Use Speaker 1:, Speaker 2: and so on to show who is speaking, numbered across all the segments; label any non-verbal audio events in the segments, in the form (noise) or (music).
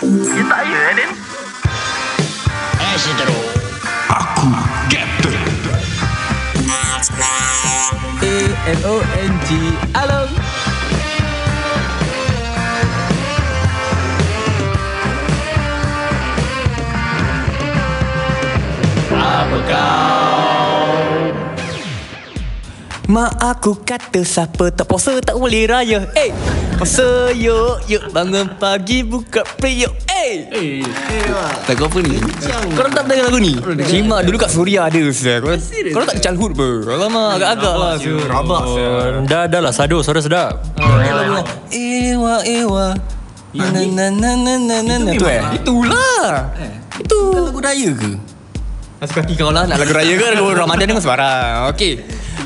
Speaker 1: Ya tak ya Adin
Speaker 2: Aku Captain
Speaker 3: A-L-O-N-G Along Mak aku kata siapa tak puasa tak boleh raya Eh, puasa yuk yuk Bangun pagi buka periuk Eh,
Speaker 2: Lagu apa ni?
Speaker 3: Korang tak dengar lagu ni? Simak dulu kat Suria ada sial. Korang, korang tak childhood ber. Alamak agak-agak lah sial. Rabak sial.
Speaker 4: Dah dah lah Sado Suara sedap
Speaker 3: Lagu yang, Ewa ewa. Na na na na na na na tu eh. Itulah. Itu kan lagu raya ke? Masuk kaki kau lah nak lagu raya ke lagu Ramadan dengan sebarang. Okay.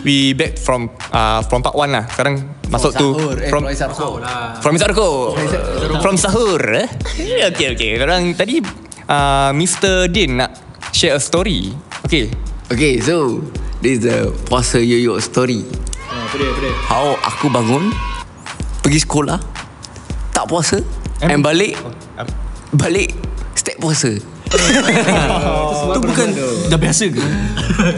Speaker 3: We back from uh, from part 1 lah. Sekarang masuk tu
Speaker 2: eh,
Speaker 3: from From Sarko From Sahur eh? Okay okay Orang tadi uh, Mr. Din nak Share a story Okay
Speaker 2: Okay so This is the Puasa Yoyo story How aku bangun Pergi sekolah Tak puasa And balik
Speaker 3: Oh,
Speaker 2: Balik Step puasa
Speaker 5: Itu bukan Dah biasa
Speaker 2: (laughs)
Speaker 5: ke?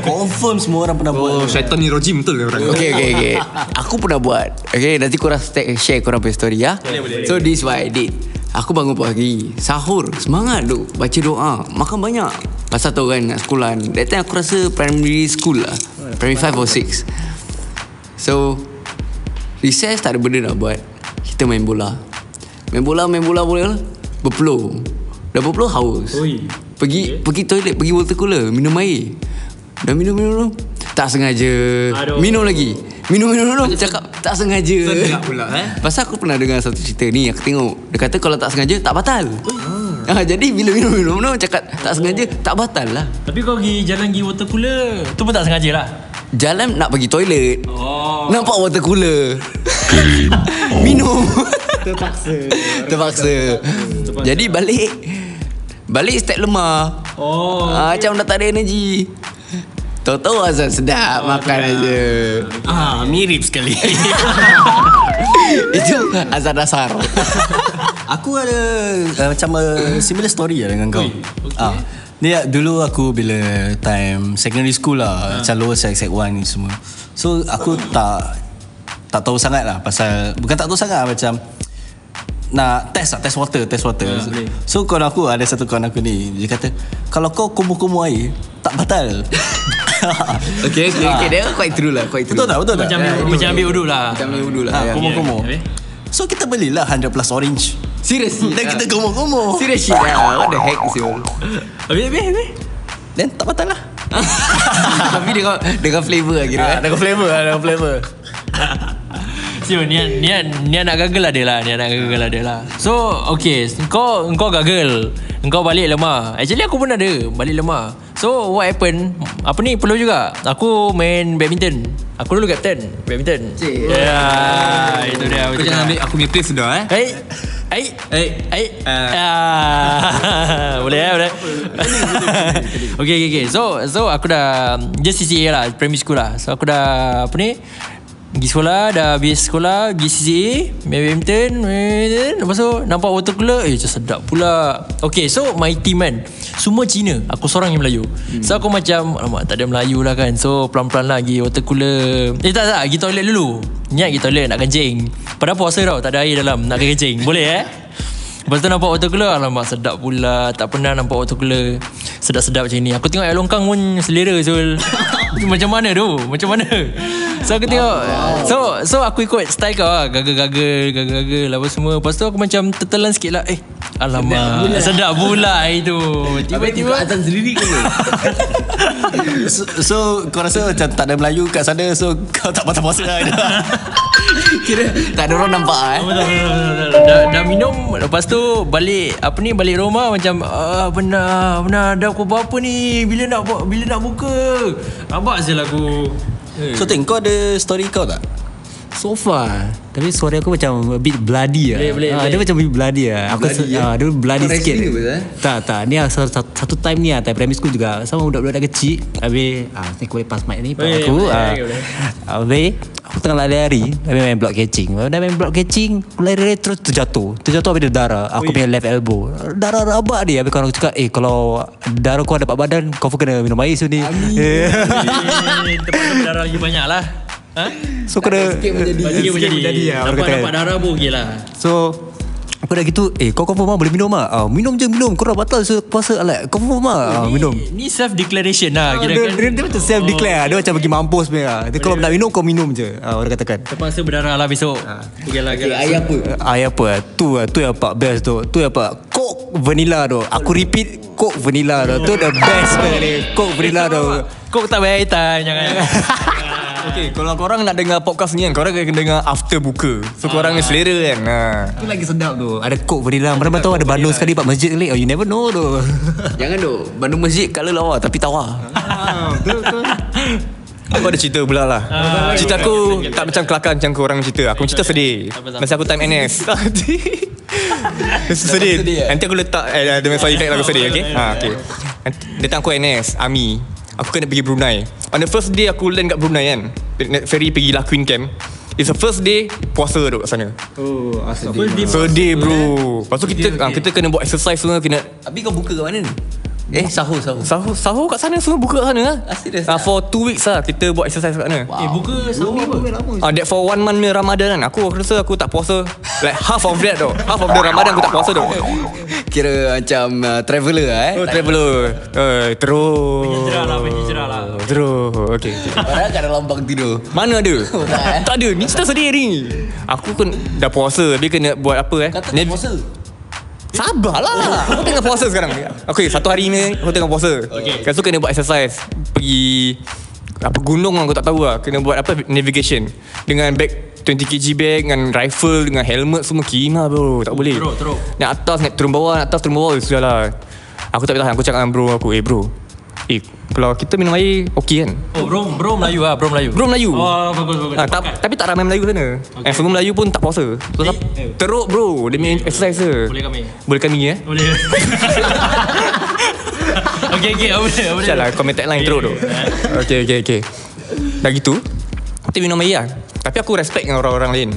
Speaker 5: Confirm semua orang pernah buat
Speaker 3: Oh, Syaitan ni rojim betul orang
Speaker 2: Okay okay okay Aku pernah buat Okay nanti korang stay, share korang punya story ya boleh, boleh. So this is what I did Aku bangun pagi Sahur Semangat duk Baca doa Makan banyak Pasal tu kan nak sekolah ni That time aku rasa primary school lah Primary 5 or 6 So Recess tak ada benda nak buat Kita main bola Main bola main bola boleh lah Berpeluh Dah berpeluh haus Oi. Pergi okay. pergi toilet Pergi water cooler Minum air Dah minum minum minum Tak sengaja Aduh. Minum lagi Minum minum minum Cakap tak sengaja Sedap pula eh? Pasal aku pernah dengar satu cerita ni Aku tengok Dia kata kalau tak sengaja Tak batal Ah, jadi bila minum minum minum cakap tak sengaja tak batal lah.
Speaker 4: Tapi kau pergi jalan pergi water cooler Tu pun tak sengaja lah
Speaker 2: Jalan nak pergi toilet. Oh. Nampak water cooler. (laughs) Minum. Terpaksa. Terpaksa. Jadi balik. Balik step lemah. Oh. Ah, macam dah tak ada energi. Tahu-tahu asal sedap oh, makan aja.
Speaker 5: Ah, mirip sekali
Speaker 2: (laughs) Itu asal dasar.
Speaker 5: Aku ada uh, macam uh, similar story lah dengan kau. Okay. Ah. Dia dulu aku bila time secondary school lah, macam lower sec sec 1 ni semua. So aku tak tak tahu sangat lah pasal bukan tak tahu sangat lah, macam nak test lah, test water, test water. Yeah, so kawan aku ada satu kawan aku ni, dia kata kalau kau kumur-kumur air tak batal.
Speaker 2: Okay okay okay dia quite true lah quite true.
Speaker 5: Betul tak? Betul
Speaker 4: (laughs)
Speaker 5: tak? Ah,
Speaker 4: Macam ambil, macam ambil udut lah
Speaker 2: Macam ni dulu
Speaker 5: Ha,
Speaker 2: lah. ya.
Speaker 5: kumur-kumur.
Speaker 4: Habis?
Speaker 5: So kita belilah 100 plus orange.
Speaker 2: Serious.
Speaker 5: Dan kita kumur-kumur.
Speaker 2: serious shit lah. What the heck siul.
Speaker 4: Habis habis habis (laughs)
Speaker 5: Dan tak batal lah.
Speaker 2: Tapi dengan dengan flavor lah kira. eh.
Speaker 5: Ada flavor, ada flavor.
Speaker 4: Sio niat niat niat nak gagal ada lah niat nak gagal ada lah so okay kau kau gagal kau balik lemah actually aku pun ada balik lemah so what happen apa ni perlu juga aku main badminton aku dulu captain badminton ya yeah, Ah, itu dia aku
Speaker 3: Jangan ambil aku punya place sudah eh
Speaker 4: Hey, hey, hey, hey. Ah. (laughs) boleh eh, boleh. okay, okay, okay. So, so aku dah just CCA lah, primary school lah. So aku dah apa ni? Pergi sekolah, dah habis sekolah, pergi CCA, main badminton, main badminton. Lepas tu nampak water cooler, eh macam sedap pula. Okay, so my team kan, semua Cina. Aku seorang yang Melayu. So aku macam, alamak tak ada Melayu lah kan. So pelan-pelan lah pergi water cooler. Eh tak tak, pergi toilet dulu. Niat pergi toilet nak kencing. Padahal puasa tau, tak ada air dalam, nak kencing. Boleh eh? Lepas tu nampak water cooler Alamak sedap pula Tak pernah nampak water cooler Sedap-sedap macam ni Aku tengok Elong Kang pun selera Zul (laughs) Macam mana tu Macam mana So aku tengok So so aku ikut style kau lah Gagal-gagal Gagal-gagal lah Apa semua Lepas tu aku macam tertelan sikit lah Eh Alamak Sedap (laughs) pula itu Tiba-tiba
Speaker 2: Atas sendiri ke?
Speaker 5: So, so kau rasa macam tak ada Melayu kat sana so kau tak patah puasa lah.
Speaker 2: (laughs) Kira tak ada orang nampak eh.
Speaker 4: Betul, betul, betul, betul. dah, dah minum Lepas tu balik Apa ni balik rumah Macam ah, Benar Benar Dah aku buat apa ni Bila nak buat Bila nak buka Rabak je lah aku
Speaker 5: (laughs) so Ting, kau ada story kau tak?
Speaker 6: So far Tapi suara aku macam A bit bloody lah
Speaker 4: Boleh, boleh,
Speaker 6: Ah, Dia
Speaker 4: boleh.
Speaker 6: macam a bit bloody lah aku bloody,
Speaker 5: eh?
Speaker 6: ah, Dia bloody
Speaker 2: Kau
Speaker 6: sikit
Speaker 2: wrestling ke apa, eh?
Speaker 6: Tak tak Ni lah, satu, satu- satu time ni lah Time primary school juga
Speaker 5: Eh,
Speaker 6: Sama budak-budak dah kecil Habis ah, Ni aku boleh pass mic ni pada
Speaker 4: Boleh, (laughs)
Speaker 6: aku
Speaker 4: boleh,
Speaker 6: ah,
Speaker 4: boleh.
Speaker 6: Habis Aku tengah lari-lari Habis main block catching Dah main block catching Aku lari-lari terus terjatuh Terjatuh habis dia darah Aku punya left elbow Darah rabak dia Habis kawan aku cakap Eh kalau darah kau dapat badan Kau pun kena minum air sini Eh,
Speaker 4: Eh, Tempat kau berdarah lagi banyak lah Ha?
Speaker 6: (laughs) So kena ah,
Speaker 4: Bagi dia
Speaker 7: sikit menjadi
Speaker 4: menjadi
Speaker 7: lah, orang
Speaker 4: Dapat
Speaker 7: kata.
Speaker 5: kan.
Speaker 4: dapat darah pun okey lah
Speaker 6: kan. So Aku dah gitu Eh kau confirm lah boleh minum lah ah, Minum je minum Kau dah batal so puasa Alat confirm lah ah, Minum
Speaker 4: Ni self declaration lah
Speaker 6: dia,
Speaker 4: kira
Speaker 6: dia, dia, macam self declare Dia macam bagi mampus punya lah. Dia kalau nak minum kau minum je ah, Orang katakan
Speaker 4: Terpaksa berdarah lah besok Okey lah okey
Speaker 2: Okay,
Speaker 4: lah.
Speaker 2: air apa?
Speaker 6: Ayah apa eh? Tu lah Tu yang pak best tu Tu yang pak Coke vanilla tu Aku repeat Coke vanilla tu Tu the best punya ni Coke vanilla
Speaker 5: (laughs)
Speaker 6: tu
Speaker 4: Kau tak payah hitam Jangan (laughs)
Speaker 5: Okay, kalau korang nak dengar podcast ni kan, korang kena dengar after buka. So korang ni selera kan. Ha.
Speaker 6: Tu lagi sedap tu Ada Coke vanilla Mana tahu ada Bandung sekali Pak masjid kali oh, You never know tu (laughs)
Speaker 2: Jangan tu Bandung Masjid colour lawa Tapi tawar
Speaker 5: Aku ada cerita pula lah. cerita aku tak macam kelakar macam korang cerita. Aku cerita sedih. Masa aku time (laughs) NS. sedih. Nanti aku letak eh, ada sound effect lah aku sedih, okay? Ha, okay. Nanti- Datang aku NS, army. Aku kena pergi Brunei. On the first day aku land kat Brunei kan. Ferry pergilah Queen Camp. It's the first day puasa tu kat sana. Sedih bro. Lepas tu kita ah, kita kena buat exercise semua kena
Speaker 7: Habis kau buka kat mana ni?
Speaker 5: Eh sahur sahur Sahur sahur kat sana Semua buka kat sana lah
Speaker 7: serious
Speaker 5: ah, For two weeks lah Kita buat exercise kat sana
Speaker 4: Eh buka sama apa
Speaker 5: Ah, that for one month punya Ramadan kan Aku rasa aku tak puasa Like half of that tau Half of the Ramadan aku tak puasa Eh, tau
Speaker 2: Kira macam uh, Traveller lah eh
Speaker 5: Oh traveller uh, Terus
Speaker 4: Hijrah lah Hijrah lah
Speaker 5: Terus Okay
Speaker 2: Padahal kat dalam bang tidur
Speaker 5: Mana (laughs) ada Tak ada Ni cerita sedih ni Aku kan dah puasa Dia kena buat apa eh Kata puasa Sabarlah Aku tengah puasa sekarang Okay satu hari ni Aku tengah puasa Okay Lepas tu kena buat exercise Pergi Apa gunung aku tak tahu lah Kena buat apa Navigation Dengan bag 20 kg bag Dengan rifle Dengan helmet semua Kina bro Tak boleh
Speaker 4: Teruk, teruk.
Speaker 5: Nak atas nak turun bawah Nak atas turun bawah Sudah lah Aku tak boleh tahan Aku cakap dengan bro aku Eh bro Eh kalau kita minum air Okay kan
Speaker 4: Oh bro Bro Melayu lah Bro Melayu
Speaker 5: Bro Melayu
Speaker 4: Oh bagus bagus
Speaker 5: Ah, tak, tapi tak ramai Melayu sana okay. eh, Semua Melayu pun tak puasa so, eh, Teruk bro Dia main exercise je
Speaker 4: Eh, Boleh kami
Speaker 5: Boleh kami eh
Speaker 4: Boleh Okay okay apa boleh apa boleh
Speaker 5: Sial lah Comment tagline teruk tu (laughs) Okay okay okay Dah gitu Kita minum air lah Tapi aku respect dengan orang-orang lain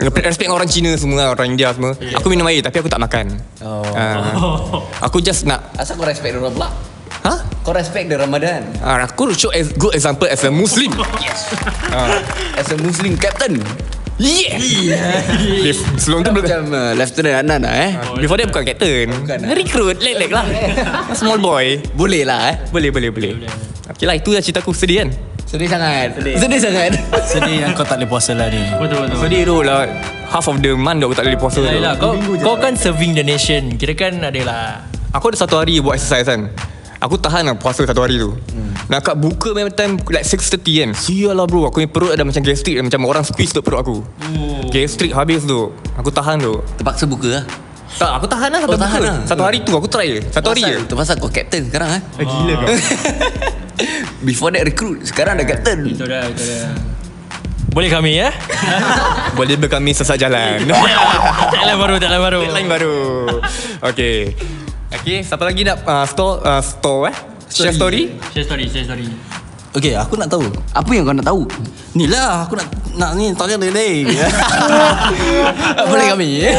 Speaker 5: Respect dengan orang Cina semua Orang India semua Aku minum air Tapi aku tak makan oh. (laughs) Aku just nak
Speaker 2: Asal kau respect orang pula?
Speaker 5: Hah?
Speaker 2: Kau respect the Ramadan
Speaker 5: Ah, Aku show as good example As a Muslim Ah.
Speaker 2: As a Muslim captain
Speaker 5: Yeah, yeah. Sebelum tu belum
Speaker 2: Macam uh, Lieutenant Anan lah eh
Speaker 5: Before that bukan captain bukan, Recruit Lek-lek (laughs) lah Small boy
Speaker 2: Boleh lah eh
Speaker 5: Boleh boleh boleh Okay lah itulah cerita aku sedih kan
Speaker 2: Sedih sangat Sedih,
Speaker 7: (laughs)
Speaker 2: sangat
Speaker 7: Sedih yang kau tak boleh puasa lah ni
Speaker 4: Betul betul
Speaker 5: Sedih tu lah Half of the month dah aku tak boleh puasa tu
Speaker 4: Yelah, kau, kau kan serving the nation Kira kan adalah
Speaker 5: Aku ada satu hari buat exercise kan Aku tahan lah puasa satu hari tu
Speaker 2: Hmm.
Speaker 5: Nak kat buka memang time Like 6.30 kan Sial lah bro Aku punya perut ada macam gastrik Macam orang squeeze tu perut aku
Speaker 2: Oh.
Speaker 5: Gastrik habis tu Aku tahan tu
Speaker 2: Terpaksa
Speaker 7: ah.
Speaker 2: buka lah
Speaker 5: Tak aku tahan lah satu,
Speaker 2: Oh, tahan
Speaker 5: buka.
Speaker 2: lah. Oh,
Speaker 5: satu hari tu aku try je Satu hari je
Speaker 2: Itu pasal kau captain sekarang eh
Speaker 7: (laughs)
Speaker 5: Gila kau
Speaker 2: Before that recruit Sekarang dah captain
Speaker 7: (laughs)
Speaker 4: Betul dah Betul dah Boleh kami ya
Speaker 5: (laughs) Boleh berkami sesat
Speaker 2: (laughs)
Speaker 5: jalan (laughs)
Speaker 4: Taklah baru Taklah baru
Speaker 5: Headline baru. Okay. Okay, siapa lagi nak uh, store uh, store eh? Share story?
Speaker 4: Share story Share story
Speaker 7: Okay aku nak tahu
Speaker 2: Apa yang kau nak tahu?
Speaker 7: Ni lah aku nak nak ni tak boleh leleng (laughs)
Speaker 2: Boleh kami eh?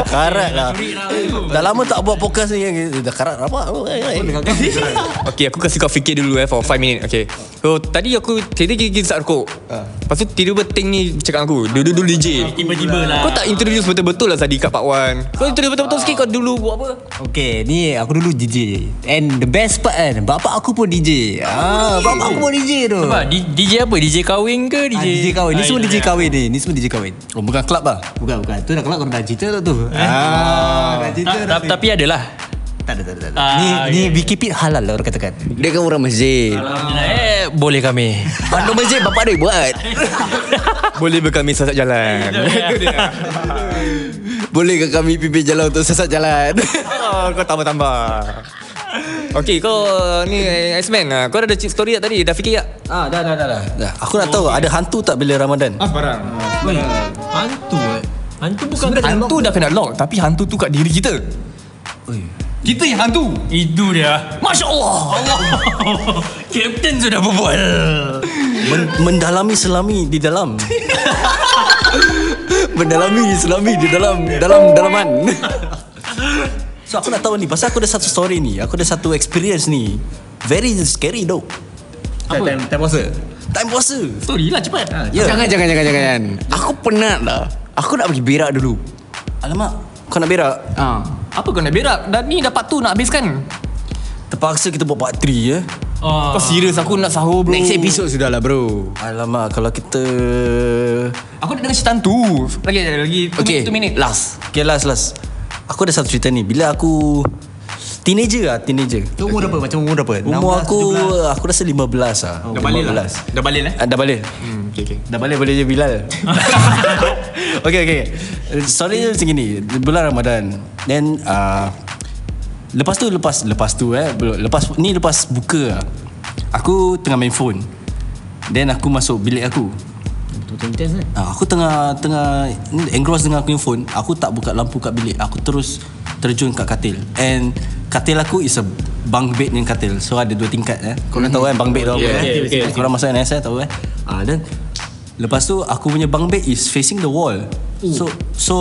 Speaker 7: Dah karat lah
Speaker 4: Free lah
Speaker 7: Dah lama tak buat podcast ni kan? Dah karat Oh, eh, rapat
Speaker 5: Okay, aku kasi kau fikir dulu eh for 5 minit. Okay. So, tadi aku tadi gigi start rokok.
Speaker 2: Ah.
Speaker 5: Lepas tu tiba-tiba Ting ni cakap aku, dulu dulu DJ.
Speaker 4: Tiba-tiba lah
Speaker 5: Kau tak introduce betul-betul lah tadi kat Pak Wan. Kau introduce betul-betul sikit kau dulu buat apa?
Speaker 7: Okay ni aku dulu DJ And the best part kan Bapak aku pun DJ ah, Bapak aku pun DJ tu
Speaker 4: Apa? D- DJ apa? DJ kahwin ke DJ?
Speaker 7: Ah, DJ kahwin Ni
Speaker 4: Ah,
Speaker 7: semua
Speaker 4: itu
Speaker 7: DJ
Speaker 4: dia.
Speaker 7: kahwin ni Ni semua DJ kahwin
Speaker 6: Oh bukan club lah
Speaker 7: Bukan bukan Tu dah kelak kau dah cerita tak tu Ah, Dah cerita
Speaker 4: Ta-
Speaker 7: dah
Speaker 4: ta- Tapi adalah
Speaker 7: Tak ada tak ada tak ada.
Speaker 4: Ah,
Speaker 7: Ni ni
Speaker 4: okay.
Speaker 7: Wiki Pit halal lah orang katakan
Speaker 2: Dia kan orang masjid
Speaker 4: Alhamdulillah. Eh, boleh kami
Speaker 2: Bandung masjid bapak dia buat
Speaker 4: (laughs)
Speaker 5: Boleh berkami sesat jalan. (laughs) Itu dia.
Speaker 2: Boleh ke kami pimpin jalan untuk sesat jalan?
Speaker 5: Oh, kau tambah-tambah. Okay, kau ni eh, Iceman, ah, kau dah ada story tak tadi? Dah fikir tak?
Speaker 7: Ah dah dah dah dah. dah. Aku nak tahu ada hantu tak bila Ramadan?
Speaker 5: Ah, sebarang.
Speaker 4: Hantu eh Hantu bukan
Speaker 5: Sebenarnya hantu dah kena lock Tapi hantu tu kat diri kita Kita yang hantu
Speaker 4: (laughs) Itu dia Masya Allah Allah Captain sudah berbual Men- mendalami selami di (laughs) dalam. mendalami selami di dalam dalam dalaman. so aku nak tahu ni pasal aku ada satu story ni. Aku ada satu experience ni. Very scary though.
Speaker 5: Apa? Time, time puasa.
Speaker 4: Time puasa.
Speaker 5: Story lah cepat. Ha,
Speaker 4: Ya.
Speaker 2: Jangan, jangan, jangan, jangan, jangan. Aku penat lah. Aku nak pergi berak dulu.
Speaker 4: Alamak, kau nak berak?
Speaker 2: Ah.
Speaker 8: Apa kau nak berak? Dan ni dapat tu nak habiskan.
Speaker 4: Terpaksa kita buat part 3 ya.
Speaker 8: Oh.
Speaker 4: Oh.
Speaker 8: Kau serius aku nak sahur bro.
Speaker 2: Next episode sudahlah bro.
Speaker 4: Alamak, kalau kita
Speaker 8: Aku nak dengar cerita tu. Lagi lagi 2
Speaker 2: Okay,
Speaker 8: okay. minit.
Speaker 2: last.
Speaker 4: Okay last last Aku ada satu cerita ni Bila aku Teenager lah Teenager
Speaker 5: Kau umur berapa? Macam umur berapa?
Speaker 4: Umur
Speaker 5: 16,
Speaker 4: aku Aku rasa 15 lah
Speaker 5: Dah balik lah. Dah balik lah.
Speaker 4: ah, Dah balik
Speaker 5: Hmm, okay, okay.
Speaker 4: Dah balik boleh je
Speaker 5: (laughs)
Speaker 4: Bilal Okay okay Story dia macam gini Bulan Ramadan Then uh, Lepas tu Lepas lepas tu eh belum- Lepas Ni lepas buka lah. Aku tengah main phone Then aku masuk bilik aku
Speaker 5: Betul-betul intense kan?
Speaker 4: Ah, aku tengah tengah ni engross dengan aku punya phone. Aku tak buka lampu kat bilik. Aku terus terjun kat katil. And katil aku is a bunk bed dengan katil. So ada dua tingkat eh. Kau orang tahu kan bunk bed tu apa eh?
Speaker 5: Yeah, okay, okay,
Speaker 4: Kau orang masuk NS eh tahu eh. Ah dan lepas tu aku punya bunk bed is facing the wall. So so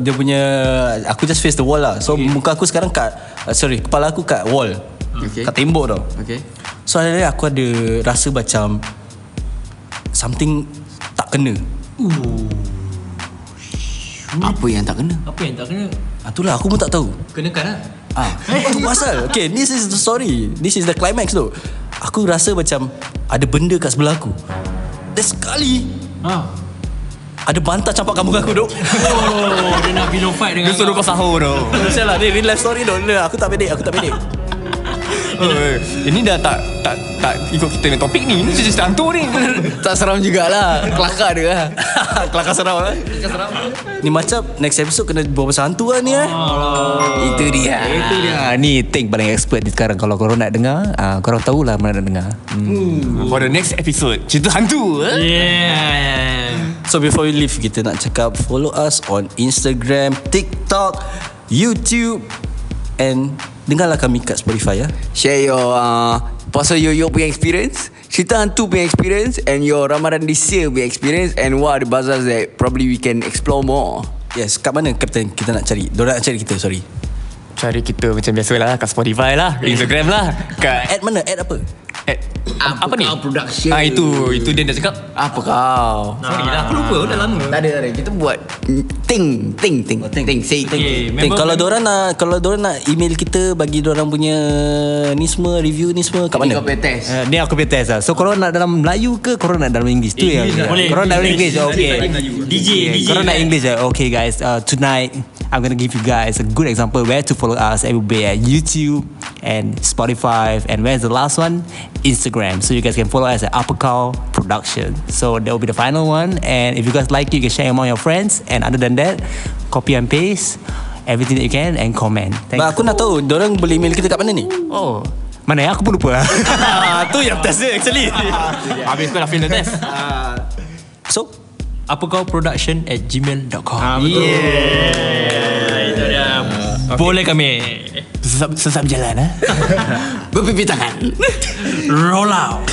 Speaker 4: dia punya aku just face the wall lah. So muka aku sekarang kat uh, sorry, kepala aku kat wall.
Speaker 2: Okay.
Speaker 4: Kat tembok tau.
Speaker 2: Okay.
Speaker 4: So hari aku ada rasa macam something tak kena.
Speaker 2: Apa yang tak kena?
Speaker 8: Apa yang tak kena?
Speaker 4: Ah, itulah aku pun tak tahu.
Speaker 8: Kenakan lah.
Speaker 4: Ah, tu pasal. Okay, this is the story. This is the climax tu. Aku rasa macam ada benda kat sebelah aku. Dan sekali
Speaker 8: Ha.
Speaker 4: ada bantah campak kamu aku dok.
Speaker 8: Oh, dia nak pillow fight dengan
Speaker 5: Suruh kau sahur tu.
Speaker 4: Macam lah, ni real life story dok. Ni, Aku tak bedek, aku tak
Speaker 9: (laughs)
Speaker 4: bedek.
Speaker 5: Eh, Ini dah tak tak tak ikut kita punya topik ni. Ini cerita hantu
Speaker 2: (laughs)
Speaker 5: ni.
Speaker 2: Tak seram jugalah. (laughs) Kelakar dia lah.
Speaker 4: Kelakar seram
Speaker 9: eh.
Speaker 4: lah. Ni macam next episode kena bawa pasal hantu lah ni eh.
Speaker 2: Itu dia.
Speaker 9: Itu dia. Ah, Ni Tank paling expert ni sekarang. Kalau korang nak dengar, ah, korang tahulah mana nak dengar.
Speaker 5: For the next episode, cerita hantu. Eh?
Speaker 8: Yeah.
Speaker 4: So before we leave, kita nak cakap follow us on Instagram, TikTok, YouTube and dengarlah kami kat Spotify ya.
Speaker 2: Share your uh, pasal your, your punya experience. Cerita hantu punya experience. And your Ramadan this year punya experience. And what are the bazaars that probably we can explore more.
Speaker 4: Yes, kat mana Captain kita nak cari? Diorang nak cari kita, sorry.
Speaker 5: Cari kita macam biasa lah kat Spotify lah, kat Instagram lah, kat
Speaker 4: At mana? At apa?
Speaker 5: at, apa, apa ni?
Speaker 2: kau production?
Speaker 5: Ah itu itu dia dah cakap.
Speaker 2: Apa kau?
Speaker 8: Sorry lah, aku lupa dah lama.
Speaker 2: Tak ada, tak ada. Kita buat ting, ting, ting.
Speaker 4: Oh,
Speaker 2: ting,
Speaker 4: ting.
Speaker 2: ting, say, ting.
Speaker 8: Okay,
Speaker 4: Memang
Speaker 8: member-
Speaker 4: kalau diorang nak kalau diorang nak email kita bagi diorang punya ni semua review ni semua kat
Speaker 2: Ini
Speaker 4: mana?
Speaker 2: kau punya test.
Speaker 9: Uh, ni aku punya test lah. So korang nak dalam Melayu ke korang nak dalam Inggeris? Tu yang.
Speaker 8: lah. Boleh,
Speaker 9: Korang nak dalam
Speaker 8: English.
Speaker 9: Inggeris. Okay.
Speaker 8: DJ, DJ.
Speaker 9: Korang nak English eh? Okay guys, uh, tonight I'm gonna give you guys a good example where to follow us everywhere at YouTube and Spotify and where's the last one? Instagram. So you guys can follow us at Apical Production. So that will be the final one. And if you guys like it, you can share among your friends. And other than that, copy and paste everything that you can and comment. Thank
Speaker 4: Bah,
Speaker 9: you.
Speaker 4: aku nak tahu diorang boleh email kita kat mana ni?
Speaker 9: Oh, mana ya? Aku pun
Speaker 8: (laughs)
Speaker 9: lupa.
Speaker 4: tu yang test dia actually.
Speaker 5: Habis kau dah fail the test.
Speaker 4: so,
Speaker 8: Ah. apa kau production at gmail.com ah,
Speaker 5: betul.
Speaker 8: yeah. itu dia boleh kami
Speaker 9: sesap, sesap jalan eh.
Speaker 2: Berpipi tangan.
Speaker 8: roll out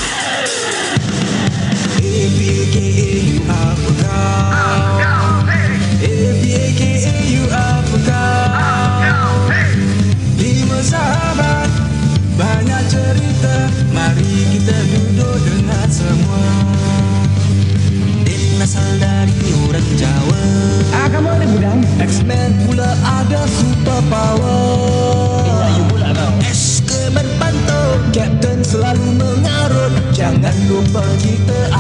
Speaker 10: Lima sahabat Banyak cerita Mari kita duduk dengar semua Ini asal dari orang Jawa Ah, kamu ada budang? X-Men pula ada super power Indah pula kau X berpantau Captain selalu mengarut Jangan lupa kita